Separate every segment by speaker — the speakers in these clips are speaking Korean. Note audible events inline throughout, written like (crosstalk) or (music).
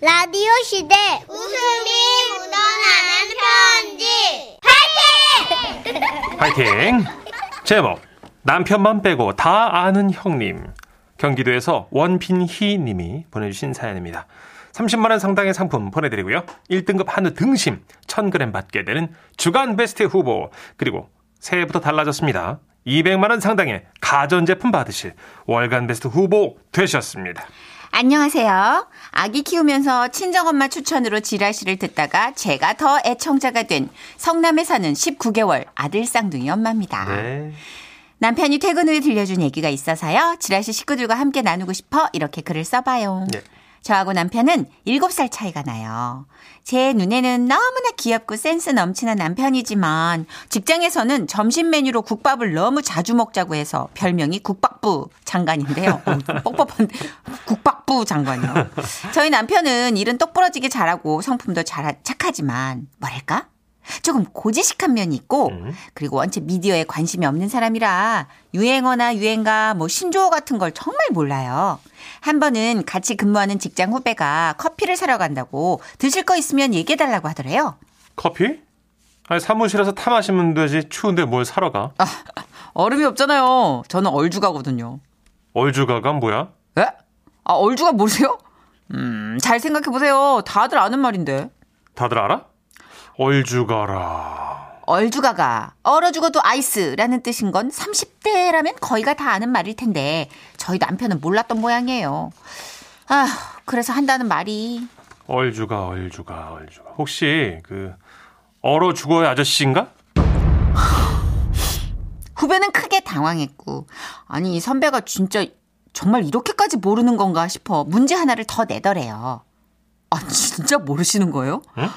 Speaker 1: 라디오 시대 웃음이 묻어나는 편지 파이팅!
Speaker 2: 파이팅! 제목 남편만 빼고 다 아는 형님 경기도에서 원빈희 님이 보내주신 사연입니다. 30만 원 상당의 상품 보내드리고요. 1등급 한우 등심 1000g 받게 되는 주간 베스트 후보 그리고 새해부터 달라졌습니다. 200만 원 상당의 가전제품 받으실 월간 베스트 후보 되셨습니다.
Speaker 3: 안녕하세요. 아기 키우면서 친정엄마 추천으로 지라시를 듣다가 제가 더 애청자가 된 성남에 사는 19개월 아들 쌍둥이 엄마입니다.
Speaker 2: 네.
Speaker 3: 남편이 퇴근 후에 들려준 얘기가 있어서요. 지라시 식구들과 함께 나누고 싶어 이렇게 글을 써봐요.
Speaker 2: 예.
Speaker 3: 저하고 남편은 7살 차이가 나요. 제 눈에는 너무나 귀엽고 센스 넘치는 남편이지만 직장에서는 점심 메뉴로 국밥을 너무 자주 먹자고 해서 별명이 국밥부 장관인데요. 어, 좀 뻑뻑한 국밥부 장관이요. 저희 남편은 일은 똑부러지게 잘하고 성품도 잘 착하지만 뭐랄까? 조금 고지식한 면이 있고 그리고 원체 미디어에 관심이 없는 사람이라 유행어나 유행가 뭐 신조어 같은 걸 정말 몰라요. 한 번은 같이 근무하는 직장 후배가 커피를 사러 간다고 드실 거 있으면 얘기해 달라고 하더래요.
Speaker 2: 커피? 아니 사무실에서 타 마시면 되지 추운데 뭘 사러 가?
Speaker 3: 얼음이 없잖아요. 저는 얼주가거든요.
Speaker 2: 얼주가가 뭐야?
Speaker 3: 에? 아, 얼주가 모르세요? 음, 잘 생각해 보세요. 다들 아는 말인데.
Speaker 2: 다들 알아? 얼주가라.
Speaker 3: 얼주가가 얼어 죽어도 아이스라는 뜻인 건 30대라면 거의가 다 아는 말일 텐데 저희 남편은 몰랐던 모양이에요. 아, 그래서 한다는 말이
Speaker 2: 얼주가 얼주가 얼주가 혹시 그 얼어 죽어의 아저씨인가?
Speaker 3: 후배는 크게 당황했고 아니 이 선배가 진짜 정말 이렇게까지 모르는 건가 싶어 문제 하나를 더 내더래요. 아 진짜 모르시는 거예요?
Speaker 2: 응?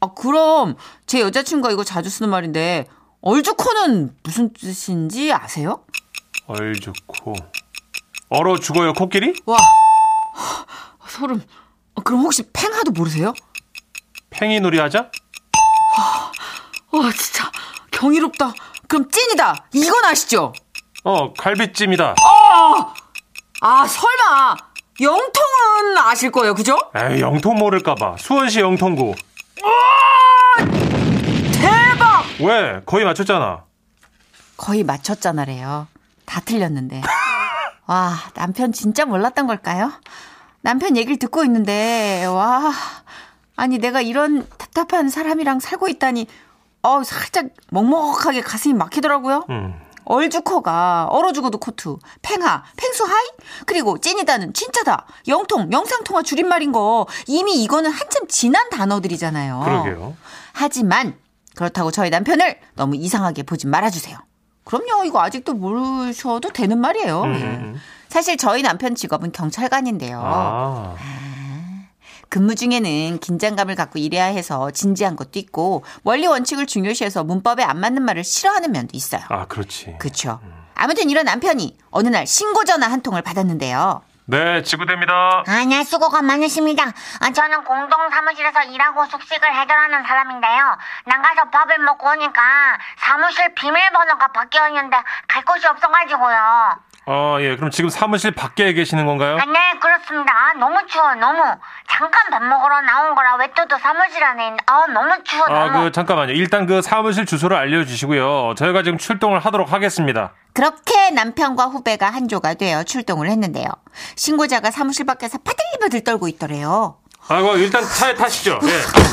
Speaker 3: 아 그럼 제 여자친구가 이거 자주 쓰는 말인데 얼주코는 무슨 뜻인지 아세요?
Speaker 2: 얼주코 얼어 죽어요 코끼리?
Speaker 3: 와 소름. 아, 그럼 혹시 팽하도 모르세요?
Speaker 2: 팽이놀이 하자?
Speaker 3: 와 진짜 경이롭다. 그럼 찐이다. 이건 아시죠?
Speaker 2: 어 갈비찜이다
Speaker 3: 아 설마 영통은 아실 거예요, 그죠?
Speaker 2: 에이 영통 모를까봐 수원시 영통구
Speaker 3: 대박.
Speaker 2: 왜 거의 맞췄잖아
Speaker 3: 거의 맞췄잖아래요. 다 틀렸는데. 와, 남편 진짜 몰랐던 걸까요? 남편 얘기를 듣고 있는데, 와. 아니, 내가 이런 답답한 사람이랑 살고 있다니, 어, 살짝 먹먹하게 가슴이 막히더라고요.
Speaker 2: 음.
Speaker 3: 얼주코가 얼어 죽어도 코트, 팽하, 팽수하이, 그리고 찐이다는 진짜다, 영통, 영상통화 줄임말인 거 이미 이거는 한참 지난 단어들이잖아요.
Speaker 2: 그러게요
Speaker 3: 하지만 그렇다고 저희 남편을 너무 이상하게 보지 말아주세요. 그럼요, 이거 아직도 모르셔도 되는 말이에요.
Speaker 2: 음,
Speaker 3: 예.
Speaker 2: 음, 음.
Speaker 3: 사실 저희 남편 직업은 경찰관인데요.
Speaker 2: 아
Speaker 3: 근무 중에는 긴장감을 갖고 일해야 해서 진지한 것도 있고 원리 원칙을 중요시해서 문법에 안 맞는 말을 싫어하는 면도 있어요.
Speaker 2: 아, 그렇지
Speaker 3: 그렇죠. 아무튼 이런 남편이 어느 날 신고 전화 한 통을 받았는데요.
Speaker 2: 네 지구대입니다
Speaker 1: 아니야 수고가 많으십니다 아, 저는 공동 사무실에서 일하고 숙식을 해결하는 사람인데요 나가서 밥을 먹고 오니까 사무실 비밀번호가 바뀌었는데 갈 곳이 없어가지고요
Speaker 2: 어 예 그럼 지금 사무실 밖에 계시는 건가요?
Speaker 1: 아, 네, 그렇습니다. 아, 너무 추워, 너무. 잠깐 밥 먹으러 나온 거라 외투도 사무실 안에 있는데, 아, 너무 추워,
Speaker 2: 아
Speaker 1: 너무.
Speaker 2: 그 잠깐만요 일단 그 사무실 주소를 알려주시고요 저희가 지금 출동을 하도록 하겠습니다
Speaker 3: 그렇게 남편과 후배가 한조가 되어 출동을 했는데요. 신고자가 사무실 밖에서 파들리바들 떨고 있더래요.
Speaker 2: 아이고 일단 차에 타시죠 예.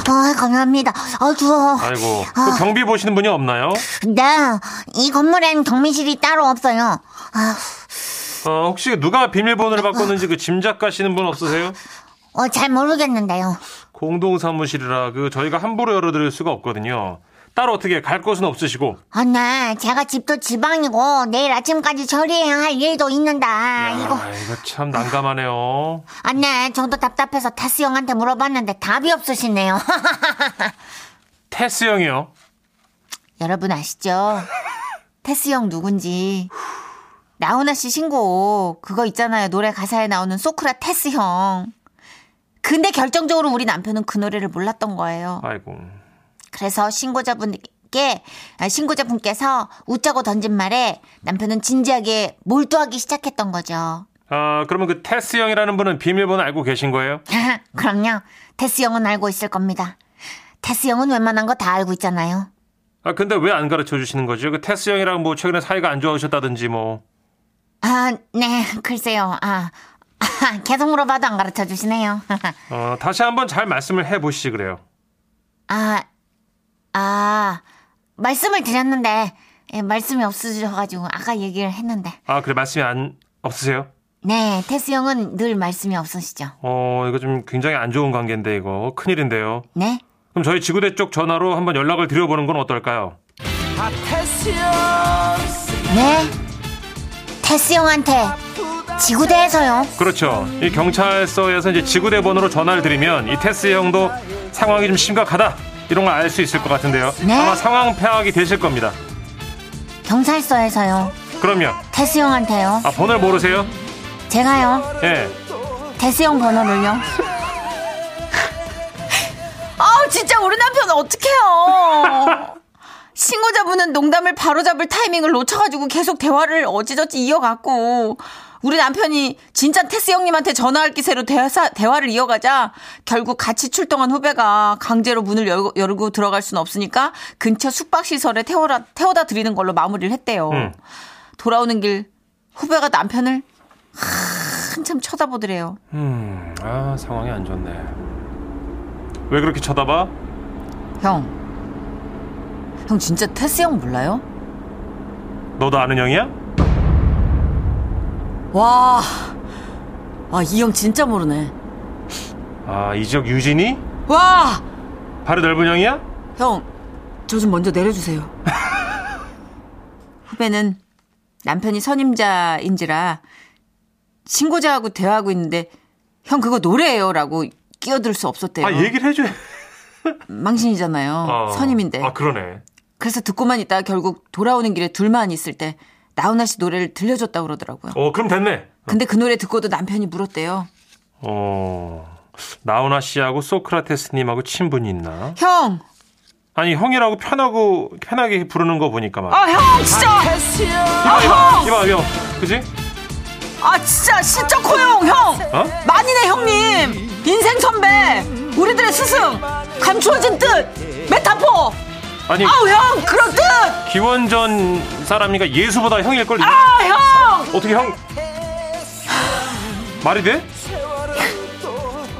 Speaker 1: 아, 감사합니다. 아, 추워.
Speaker 2: 아이고 그 경비 보시는 분이 없나요?
Speaker 1: 네, 이 건물엔 경미실이 따로 없어요. 아,
Speaker 2: 어, 혹시 누가 비밀번호를 바꿨는지 그 짐작 가시는 분 없으세요?
Speaker 1: 어, 잘 모르겠는데요.
Speaker 2: 공동 사무실이라 그 저희가 함부로 열어드릴 수가 없거든요. 따로 어떻게 갈 곳은 없으시고
Speaker 1: 아, 네, 제가 집도 지방이고, 내일 아침까지 처리해야 할 일도 있는데, 아,
Speaker 2: 야,
Speaker 1: 이거.
Speaker 2: 아, 이거 참 난감하네요.
Speaker 1: 아, 네, 저도 답답해서 타스 형한테 물어봤는데 답이 없으시네요. (laughs)
Speaker 2: 테스 형이요.
Speaker 3: 여러분 아시죠? 테스 형 누군지. 나훈아 씨 신곡 그거 있잖아요. 노래 가사에 나오는 소크라 테스 형. 근데 결정적으로 우리 남편은 그 노래를 몰랐던 거예요.
Speaker 2: 아이고.
Speaker 3: 그래서 신고자분께 아, 신고자분께서 웃자고 던진 말에 남편은 진지하게 몰두하기 시작했던 거죠. (laughs)
Speaker 2: 아, 그러면 그 테스 형이라는 분은 비밀번호 알고 계신 거예요?
Speaker 1: 그럼요. 테스 형은 알고 있을 겁니다. 테스 형은 웬만한 거 다 알고 있잖아요.
Speaker 2: 아, 근데 왜 안 가르쳐 주시는 거죠? 그 테스 형이랑 뭐 최근에 사이가 안 좋아지셨다든지 뭐.
Speaker 1: 아, 네, 글쎄요. 아, 아, 계속 물어봐도 안 가르쳐 주시네요. (laughs)
Speaker 2: 어, 다시 한번 잘 말씀을 해 보시지 그래요.
Speaker 1: 아, 아, 말씀을 드렸는데, 예, 말씀이 없으셔가지고, 아까 얘기를 했는데.
Speaker 2: 아, 그래 말씀이 안 없으세요?
Speaker 1: 네, 테스 형은 늘 말씀이 없으시죠.
Speaker 2: 어, 이거 좀 굉장히 안 좋은 관계인데 이거 큰일인데요.
Speaker 1: 네?
Speaker 2: 그럼 저희 지구대 쪽 전화로 한번 연락을 드려보는 건 어떨까요?
Speaker 1: 네? 테스 형한테, 지구대에서요.
Speaker 2: 그렇죠. 이 경찰서에서 이제 지구대 번호로 전화를 드리면 이 테스 형도 상황이 좀 심각하다 이런 걸 알 수 있을 것 같은데요.
Speaker 1: 네.
Speaker 2: 아마 상황 파악이 되실 겁니다.
Speaker 1: 경찰서에서요.
Speaker 2: 그럼요.
Speaker 1: 테스 형한테요.
Speaker 2: 아 번호를 모르세요?
Speaker 1: 제가요.
Speaker 2: 예.
Speaker 1: 테스 형 번호를요.
Speaker 3: (laughs) 아 진짜 우리 남편 어떡해요. 신고자분은 농담을 바로잡을 타이밍을 놓쳐가지고 계속 대화를 어찌저찌 이어갔고 우리 남편이 진짜 테스 형님한테 전화할 기세로 대사, 대화를 이어가자 결국 같이 출동한 후배가 강제로 문을 열고, 열고 들어갈 수는 없으니까 근처 숙박시설에 태워라, 태워다 드리는 걸로 마무리를 했대요.
Speaker 2: 음.
Speaker 3: 돌아오는 길 후배가 남편을 한참 쳐다보더래요.
Speaker 2: 음, 아 상황이 안 좋네. 왜 그렇게 쳐다봐?
Speaker 3: 형. 형 진짜 테스 형 몰라요?
Speaker 2: 너도 아는 형이야?
Speaker 3: 와. 아, 이 형 진짜 모르네.
Speaker 2: 아 이 지역 유진이?
Speaker 3: 와!
Speaker 2: 발이 넓은 형이야?
Speaker 3: 형, 저 좀 먼저 내려주세요. (laughs) 후배는 남편이 선임자인지라 신고자하고 대화하고 있는데 형 그거 노래예요 라고 끼어들 수 없었대요.
Speaker 2: 아 얘기를 해줘.
Speaker 3: 망신이잖아요.
Speaker 2: 어.
Speaker 3: 선임인데.
Speaker 2: 아 그러네.
Speaker 3: 그래서 듣고만 있다가 결국 돌아오는 길에 둘만 있을 때 나훈아 씨 노래를 들려줬다 고 그러더라고요.
Speaker 2: 어 그럼 됐네.
Speaker 3: 근데 그 노래 듣고도 남편이 물었대요.
Speaker 2: 어 나훈아 씨하고 소크라테스님하고 친분이 있나?
Speaker 3: 형!
Speaker 2: 아니 형이라고 편하고 편하게 부르는 거 보니까 막.
Speaker 3: 아, 형! 진짜! 아,
Speaker 2: 이봐
Speaker 3: 형!
Speaker 2: 이봐 이봐 그지?
Speaker 3: 아 진짜 진짜 고용 형
Speaker 2: 어?
Speaker 3: 만인의 형님 인생 선배 우리들의 스승 감추어진 뜻 메타포
Speaker 2: 아니
Speaker 3: 아우 형 그런
Speaker 2: 기원전 사람이니까 예수보다 형일 걸.
Speaker 3: 뜻 아 형
Speaker 2: 어떻게 형 말이 돼?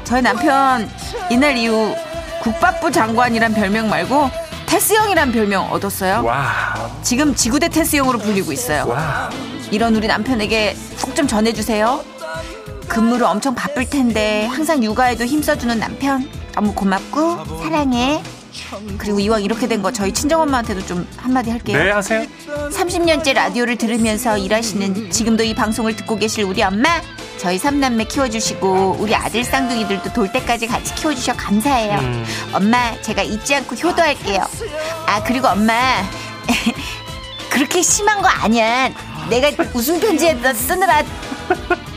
Speaker 3: 저희 남편 이날 이후 국밥부 장관이란 별명 말고 테스 형이란 별명 얻었어요
Speaker 2: 와
Speaker 3: 지금 지구대 테스 형으로 불리고 있어요
Speaker 2: 와.
Speaker 3: 이런 우리 남편에게 꼭 좀 전해주세요 근무로 엄청 바쁠 텐데 항상 육아에도 힘써주는 남편 너무 고맙고
Speaker 1: 사랑해.
Speaker 3: 그리고 이왕 이렇게 된 거 저희 친정엄마한테도 좀 한마디 할게요.
Speaker 2: 네 하세요.
Speaker 3: 30년째 라디오를 들으면서 일하시는 지금도 이 방송을 듣고 계실 우리 엄마 저희 삼남매 키워주시고 우리 아들 쌍둥이들도 돌 때까지 같이 키워주셔 감사해요.
Speaker 2: 음.
Speaker 3: 엄마 제가 잊지 않고 효도할게요. 아 그리고 엄마 (laughs) 그렇게 심한 거 아니야. 내가 웃음 편지에다 쓰느라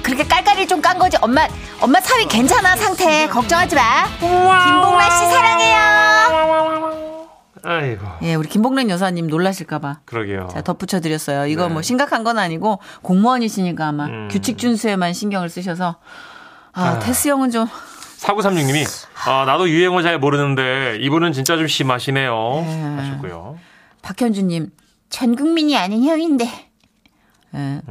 Speaker 3: 그렇게 깔깔이 좀 깐 거지. 엄마 엄마 사위 괜찮아 상태 걱정하지 마. 김봉란 씨 사랑해요.
Speaker 2: 아이고
Speaker 3: 예, 우리 김복란 여사님 놀라실까봐.
Speaker 2: 그러게요.
Speaker 3: 자, 덧붙여드렸어요. 이거
Speaker 2: 네.
Speaker 3: 뭐 심각한 건 아니고 공무원이시니까 아마
Speaker 2: 음.
Speaker 3: 규칙 준수에만 신경을 쓰셔서 아,
Speaker 2: 아.
Speaker 3: 테스 형은 좀
Speaker 2: 사구삼육님이 아 나도 유행어 잘 모르는데 이분은 진짜 좀 심하시네요. 하셨고요.
Speaker 3: 박현주님
Speaker 1: 전 국민이 아는 형인데.
Speaker 3: 예.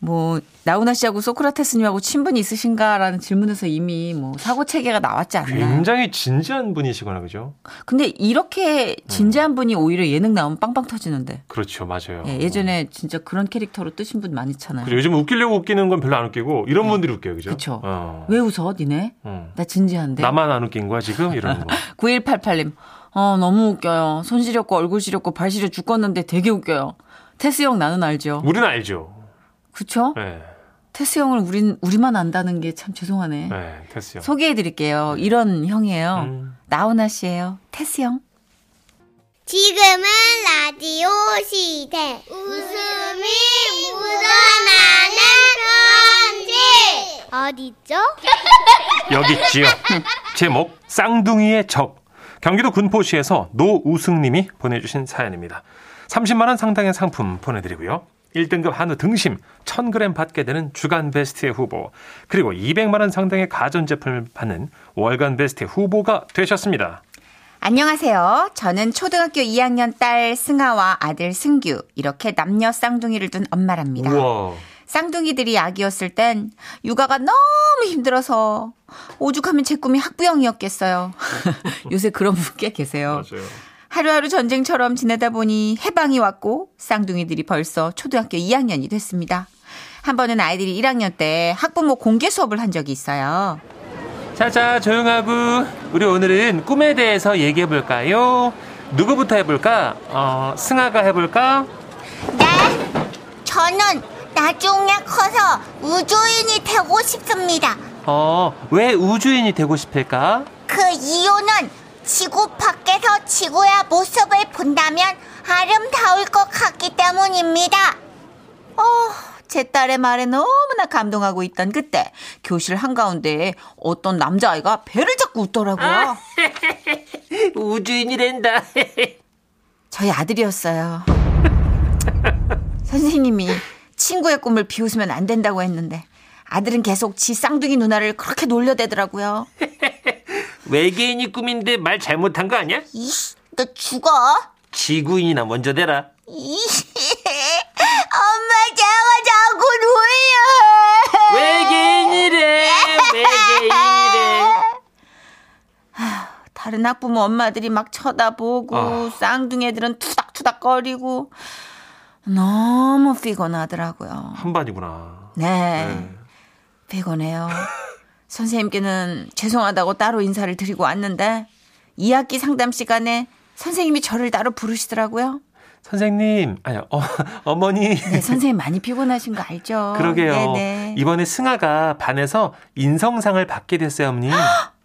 Speaker 3: 뭐 나훈아 씨하고 소크라테스님하고 친분이 있으신가라는 질문에서 이미 뭐 사고 체계가 나왔지 않나.
Speaker 2: 굉장히 진지한 분이시구나 그죠?
Speaker 3: 근데 이렇게 진지한 분이 오히려 예능 나오면 빵빵 터지는데.
Speaker 2: 그렇죠 맞아요. 음.
Speaker 3: 예, 예전에 진짜 그런 캐릭터로 뜨신 분 많이 있잖아요.
Speaker 2: 그죠? 요즘 웃기려고 웃기는 건 별로 안 웃기고 이런 분들이 웃겨요 그죠?
Speaker 3: 네. 그쵸.
Speaker 2: 어.
Speaker 3: 왜 웃어, 니네?
Speaker 2: 음.
Speaker 3: 나 진지한데.
Speaker 2: 나만 안 웃긴 거야 지금 이러는
Speaker 3: (laughs)
Speaker 2: 거.
Speaker 3: 9188님. 어, 너무 웃겨요. 손 시렵고 얼굴 시렵고 발 시려 죽겠는데 되게 웃겨요. 테스 형 나는 알죠.
Speaker 2: 우리는 알죠.
Speaker 3: 그쵸?
Speaker 2: 예.
Speaker 3: 테스 형을 우린, 우리만 안다는 게 참 죄송하네.
Speaker 2: 예, 됐어요.
Speaker 3: 소개해 드릴게요. 이런 형이에요.
Speaker 2: 음.
Speaker 3: 나훈아 씨예요. 테스 형.
Speaker 4: 지금은 라디오 시대. 웃음이 묻어나는 편지. 어디죠?
Speaker 2: 여기 있지요. 제목 쌍둥이의 적. 경기도 군포시에서 노우승님이 보내주신 사연입니다. 30만 원 상당의 상품 보내드리고요. 1등급 한우 등심 1000g 받게 되는 주간 베스트의 후보, 그리고 200만 원 상당의 가전제품을 받는 월간 베스트의 후보가 되셨습니다.
Speaker 3: 안녕하세요. 저는 초등학교 2학년 딸 승아와 아들 승규 이렇게 남녀 쌍둥이를 둔 엄마랍니다.
Speaker 2: 우와.
Speaker 3: 쌍둥이들이 아기였을 땐 육아가 너무 힘들어서 오죽하면 제 꿈이 학부형이었겠어요. (laughs) 요새 그런 분 꽤 계세요.
Speaker 2: 맞아요.
Speaker 3: 하루하루 전쟁처럼 지내다 보니 해방이 왔고 쌍둥이들이 벌써 초등학교 2학년이 됐습니다. 한 번은 아이들이 1학년 때 학부모 공개 수업을 한 적이 있어요.
Speaker 2: 자자 조용하고 우리 오늘은 꿈에 대해서 얘기해 볼까요? 누구부터 해볼까? 어, 승아가 해볼까?
Speaker 4: 네? 저는 나중에 커서 우주인이 되고 싶습니다.
Speaker 2: 어, 왜 우주인이 되고 싶을까? (laughs)
Speaker 4: 그 이유는 지구 밖에서 지구의 모습을 본다면 아름다울 것 같기 때문입니다.
Speaker 3: 어, 제 딸의 말에 너무나 감동하고 있던 그때 교실 한가운데 어떤 남자아이가 배를 잡고 웃더라고요.
Speaker 2: 우주인이 된다. (laughs)
Speaker 3: 저희 아들이었어요. (laughs) 선생님이 친구의 꿈을 비웃으면 안 된다고 했는데 아들은 계속 지 쌍둥이 누나를 그렇게 놀려대더라고요.
Speaker 2: 외계인이 꿈인데 말 잘못한 거 아니야?
Speaker 4: 이씨,
Speaker 3: 그
Speaker 4: 너 죽어?
Speaker 2: 지구인이나 먼저 대라.
Speaker 4: 이씨, (laughs) 엄마 제가 자꾸 놀려.
Speaker 2: 외계인이래. 외계인이래.
Speaker 3: 다른 학부모 엄마들이 막 쳐다보고
Speaker 2: 아.
Speaker 3: 쌍둥이 애들은 투닥투닥거리고 너무 피곤하더라고요.
Speaker 2: 한반이구나.
Speaker 3: 네,
Speaker 2: 네.
Speaker 3: 피곤해요. 선생님께는 죄송하다고 따로 인사를 드리고 왔는데 2학기 상담 시간에 선생님이 저를 따로 부르시더라고요.
Speaker 2: 선생님, 아니 어, (laughs) 어머니.
Speaker 3: 네, 선생님 많이 피곤하신 거
Speaker 4: 어,
Speaker 3: 알죠?
Speaker 2: 그러게요.
Speaker 3: 네네.
Speaker 2: 이번에 승아가 반에서 인성상을 받게 됐어요,
Speaker 4: (gasps)
Speaker 2: 어머니.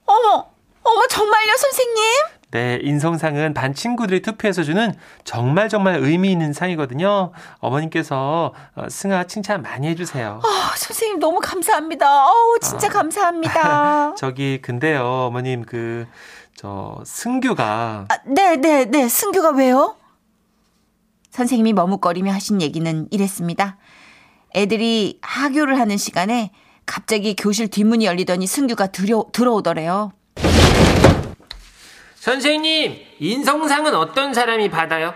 Speaker 3: 어머, 어머 정말요, 선생님?
Speaker 2: 네, 인성상은 반 친구들이 투표해서 주는 정말 정말 의미 있는 상이거든요. 어머님께서 어, 승아 칭찬 많이 해주세요.
Speaker 3: 아, 선생님 너무 감사합니다. 어우,
Speaker 2: (laughs)
Speaker 3: 진짜 감사합니다.
Speaker 2: 저기 근데요, 어머님 그 저 승규가
Speaker 3: 아, 네, 네, 네. 승규가 왜요? 선생님이 머뭇거리며 하신 얘기는 이랬습니다. 애들이 하교를 하는 시간에 갑자기 교실 뒷문이 열리더니 승규가 들여, 들어오더래요.
Speaker 5: 선생님, 인성상은 어떤 사람이 받아요?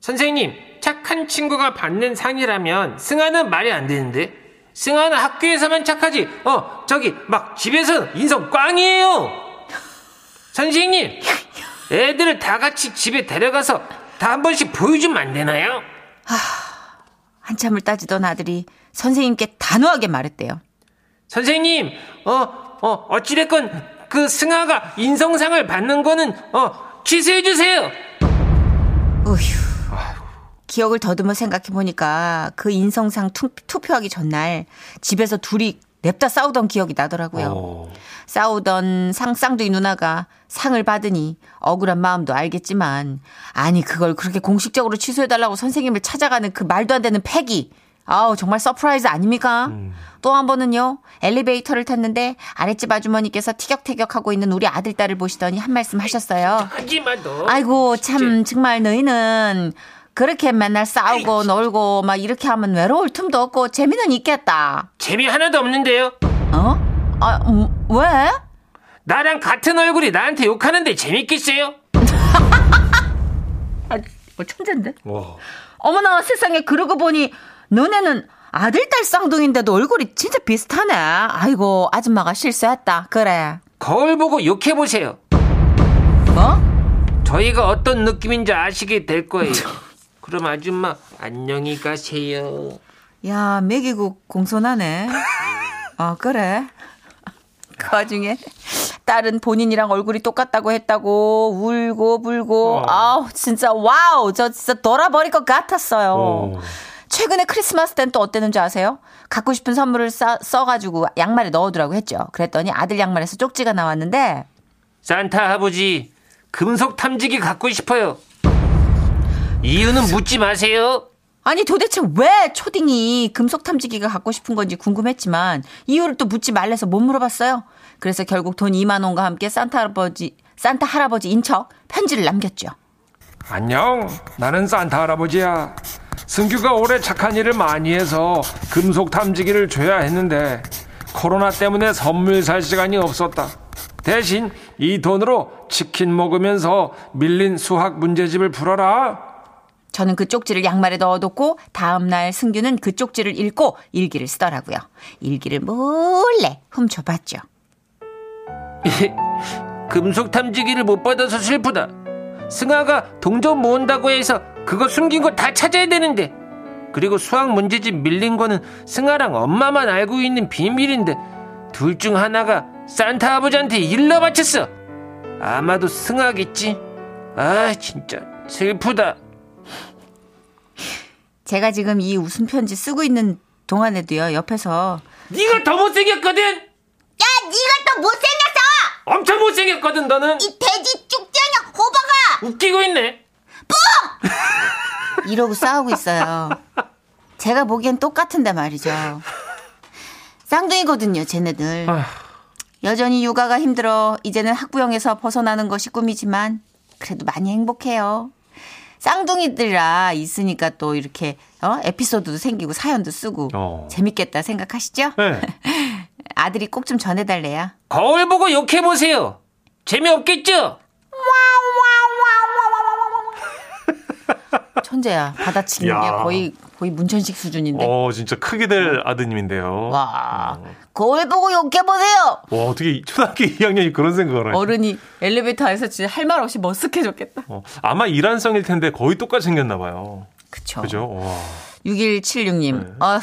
Speaker 5: 선생님, 착한 친구가 받는 상이라면 승아는 말이 안 되는데. 승아는 학교에서만 착하지. 어, 저기 막 집에서 인성 꽝이에요. 선생님, 애들을 다 같이 집에 데려가서 다 한 번씩 보여주면 안 되나요?
Speaker 3: 한참을 따지던 아들이 선생님께 단호하게 말했대요.
Speaker 5: 선생님, 어, 어, 어찌됐건 그 승아가 인성상을 받는 거는 어, 취소해 주세요.
Speaker 3: 어휴. 기억을 더듬어 생각해 보니까 그 인성상 투, 투표하기 전날 집에서 둘이 냅다 싸우던 기억이 나더라고요.
Speaker 2: 어,
Speaker 3: 싸우던 상쌍둥이 누나가 상을 받으니 억울한 마음도 알겠지만 아니 그걸 그렇게 공식적으로 취소해달라고 선생님을 찾아가는 그 말도 안 되는 패기 아우 정말 서프라이즈 아닙니까? 또 한 번은요 엘리베이터를 탔는데 아랫집 아주머니께서 티격태격하고 있는 우리 아들 딸을 보시더니 한 말씀 하셨어요.
Speaker 5: 하지만 너.
Speaker 3: 아이고 참 정말 너희는 그렇게 맨날 싸우고 놀고 막 이렇게 하면 외로울 틈도 없고 재미는 있겠다.
Speaker 5: 재미 하나도 없는데요.
Speaker 3: 어? 아 음, 왜?
Speaker 5: 나랑 같은 얼굴이 나한테 욕하는데 재밌겠어요?
Speaker 3: 아, 뭐 천재인데?
Speaker 2: 와.
Speaker 3: 어머나 세상에 그러고 보니 너네는 아들 딸 쌍둥이인데도 얼굴이 진짜 비슷하네. 아이고 아줌마가 실수했다. 그래.
Speaker 5: 거울 보고 욕해보세요.
Speaker 3: 뭐?
Speaker 5: 저희가 어떤 느낌인지 아시게 될 거예요. 그럼 아줌마, 안녕히 가세요.
Speaker 3: 야 매기고 공손하네. 아 그래. 그 와중에 딸은 본인이랑 얼굴이 똑같다고 했다고 울고 불고
Speaker 2: 어.
Speaker 3: 아우 진짜 와우 저 진짜 돌아버릴 것 같았어요.
Speaker 2: 어.
Speaker 3: 최근에 크리스마스 땐 또 어땠는지 아세요? 갖고 싶은 선물을 싸, 써가지고 양말에 넣어두라고 했죠. 그랬더니 아들 양말에서 쪽지가 나왔는데
Speaker 5: 산타 아버지, 금속 탐지기 갖고 싶어요. 이유는 묻지 마세요.
Speaker 3: 아니 도대체 왜 초딩이 금속 탐지기가 갖고 싶은 건지 궁금했지만 이유를 또 묻지 말래서 못 물어봤어요. 그래서 결국 돈 2만 원과 함께 산타 할아버지 산타 할아버지 인척 편지를 남겼죠.
Speaker 2: 안녕. 나는 산타 할아버지야. 승규가 올해 착한 일을 많이 해서 금속 탐지기를 줘야 했는데 코로나 때문에 선물 살 시간이 없었다. 대신 이 돈으로 치킨 먹으면서 밀린 수학 문제집을 풀어라.
Speaker 3: 저는 그 쪽지를 양말에 넣어뒀고 다음날 승규는 그 쪽지를 읽고 일기를 쓰더라고요. 일기를 몰래 훔쳐봤죠.
Speaker 5: 금속 탐지기를 못 받아서 슬프다. 승아가 동전 모은다고 해서 그거 숨긴 거 다 찾아야 되는데. 그리고 수학 문제집 밀린 거는 승아랑 엄마만 알고 있는 비밀인데 둘 중 하나가 산타 아버지한테 일러 바쳤어. 아마도 승아겠지. 아 진짜 슬프다.
Speaker 3: 제가 지금 이 웃음 편지 쓰고 있는 동안에도요 옆에서
Speaker 5: 네가 더 못생겼거든.
Speaker 4: 야, 네가 또 못생겼어!
Speaker 5: 엄청 못생겼거든 너는.
Speaker 4: 이 돼지 쭉쟁이 호박아!
Speaker 5: 웃기고 있네.
Speaker 3: 이러고 싸우고 있어요. 제가 보기엔 똑같은데 말이죠. 쌍둥이거든요, 쟤네들. 여전히 육아가 힘들어 이제는 학부형에서 벗어나는 것이 꿈이지만 그래도 많이 행복해요. 쌍둥이들이라 있으니까 또 이렇게 어? 에피소드도 생기고 사연도 쓰고
Speaker 2: 어.
Speaker 3: 재밌겠다 생각하시죠?
Speaker 2: 네.
Speaker 3: (laughs) 아들이 꼭 좀 전해달래요.
Speaker 5: 거울 보고 욕해 보세요. 재미없겠죠?
Speaker 2: (laughs)
Speaker 3: 천재야 받아치는 게
Speaker 2: 야.
Speaker 3: 거의 거의 문천식 수준인데.
Speaker 2: 어 진짜 크게 될 아드님인데요. 와,
Speaker 3: 와 거울 보고 욕해 보세요.
Speaker 2: 어떻게 초등학교 (laughs) 2학년이 그런 생각을 하요
Speaker 3: 어른이 엘리베이터에서 진짜 할 말 없이 머쓱해졌겠다.
Speaker 2: 어, 아마 일환성일 텐데 거의 똑같이 생겼나 봐요.
Speaker 3: 그쵸.
Speaker 2: 그죠? 네. 와.
Speaker 3: 6176님. 아휴,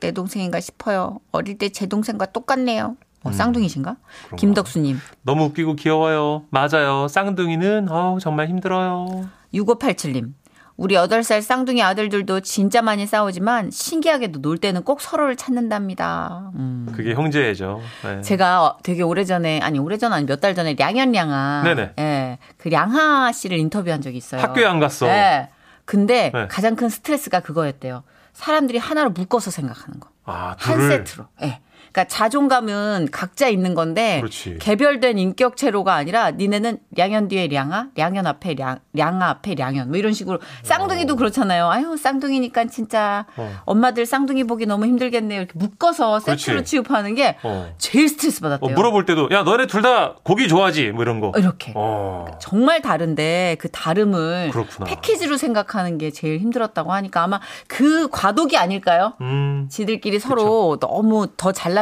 Speaker 3: 내 동생인가 싶어요. 어릴 때 제 동생과 똑같네요.
Speaker 2: 음.
Speaker 3: 어, 쌍둥이신가? 김덕수님.
Speaker 2: 너무 웃기고 귀여워요. 맞아요. 쌍둥이는 어, 정말 힘들어요.
Speaker 3: 6587님. 우리 8살 쌍둥이 아들들도 진짜 많이 싸우지만 신기하게도 놀 때는 꼭 서로를 찾는답니다. 음.
Speaker 2: 그게 형제죠. 네.
Speaker 3: 제가 어, 되게 오래전에 아니 오래전 아니 몇 달 전에 량현량아
Speaker 2: 네네.
Speaker 3: 예. 그 량하 씨를 인터뷰한 적이 있어요.
Speaker 2: 학교에 안 갔어.
Speaker 3: 예. 근데
Speaker 2: 네.
Speaker 3: 가장 큰 스트레스가 그거였대요. 사람들이 하나로 묶어서 생각하는 거.
Speaker 2: 아,
Speaker 3: 한
Speaker 2: 둘을
Speaker 3: 세트로. 예. 그러니까 자존감은 각자 있는 건데
Speaker 2: 그렇지.
Speaker 3: 개별된 인격체로가 아니라 니네는 량현 뒤에 량아, 량현 앞에 량, 량아 앞에 량현 뭐 이런 식으로 쌍둥이도 그렇잖아요. 아유 쌍둥이니까 진짜
Speaker 2: 어.
Speaker 3: 엄마들 쌍둥이 보기 너무 힘들겠네요. 이렇게 묶어서
Speaker 2: 그렇지.
Speaker 3: 세트로 취급하는 게
Speaker 2: 어.
Speaker 3: 제일 스트레스
Speaker 2: 어,
Speaker 3: 받았대요.
Speaker 2: 물어볼 때도 야, 너네 둘 다 고기 좋아하지? 뭐 이런 거.
Speaker 3: 이렇게.
Speaker 2: 어.
Speaker 3: 정말 다른데 그 다름을
Speaker 2: 그렇구나.
Speaker 3: 패키지로 생각하는 게 제일 힘들었다고 하니까 아마 그 과도기 아닐까요?
Speaker 2: 음.
Speaker 3: 지들끼리 서로 너무 더 잘났는데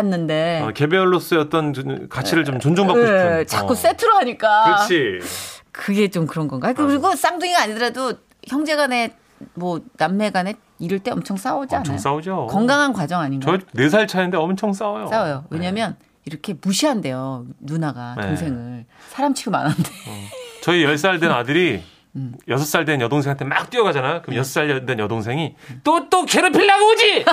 Speaker 2: 어, 개별로서의 어떤 존- 가치를 좀 존중받고 싶은.
Speaker 3: 예, 네. 자꾸
Speaker 2: 어.
Speaker 3: 세트로 하니까
Speaker 2: 그렇지.
Speaker 3: 게좀 그런 건가? 요 그리고 쌍둥이가 아니더라도 형제간에 뭐 남매간에 이럴 때 엄청 싸우지 않아요?
Speaker 2: 엄청 싸우죠.
Speaker 3: 건강한 과정 아닌가?
Speaker 2: 저 네 살 차인데 엄청 싸워요.
Speaker 3: 싸워요. 왜냐면 이렇게 무시한대요 누나가
Speaker 2: 네.
Speaker 3: 동생을 사람 취급 안 한대.
Speaker 2: 저희 10살 된 아들이
Speaker 3: 음.
Speaker 2: 여섯 살 된 여동생한테 막 뛰어가잖아.
Speaker 3: 네.
Speaker 2: 그럼 여섯 살 된 여동생이
Speaker 3: 음.
Speaker 5: 또 또
Speaker 3: (laughs)
Speaker 5: 괴롭히려고 오지.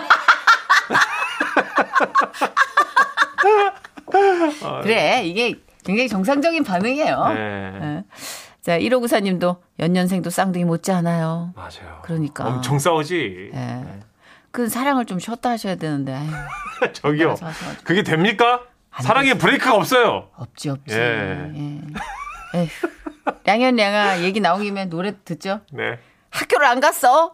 Speaker 3: 그래 이게 굉장히 정상적인 반응이에요.
Speaker 2: 네.
Speaker 3: 예. 자 1594님도 연년생도 쌍둥이 못지않아요.
Speaker 2: 맞아요.
Speaker 3: 그러니까.
Speaker 2: 엄청 싸우지.
Speaker 3: 예. 그 사랑을 좀 쉬었다 하셔야 되는데 아유,
Speaker 2: 저기요.
Speaker 3: 알아서 하셔가지고.
Speaker 2: 그게 됩니까? 사랑에 브레이크가 없어요.
Speaker 3: 없지 없지.
Speaker 2: 예.
Speaker 3: 예. 에휴. 양현 양아 얘기 나온 김에 노래 듣죠?
Speaker 2: 네.
Speaker 3: 학교를 안 갔어?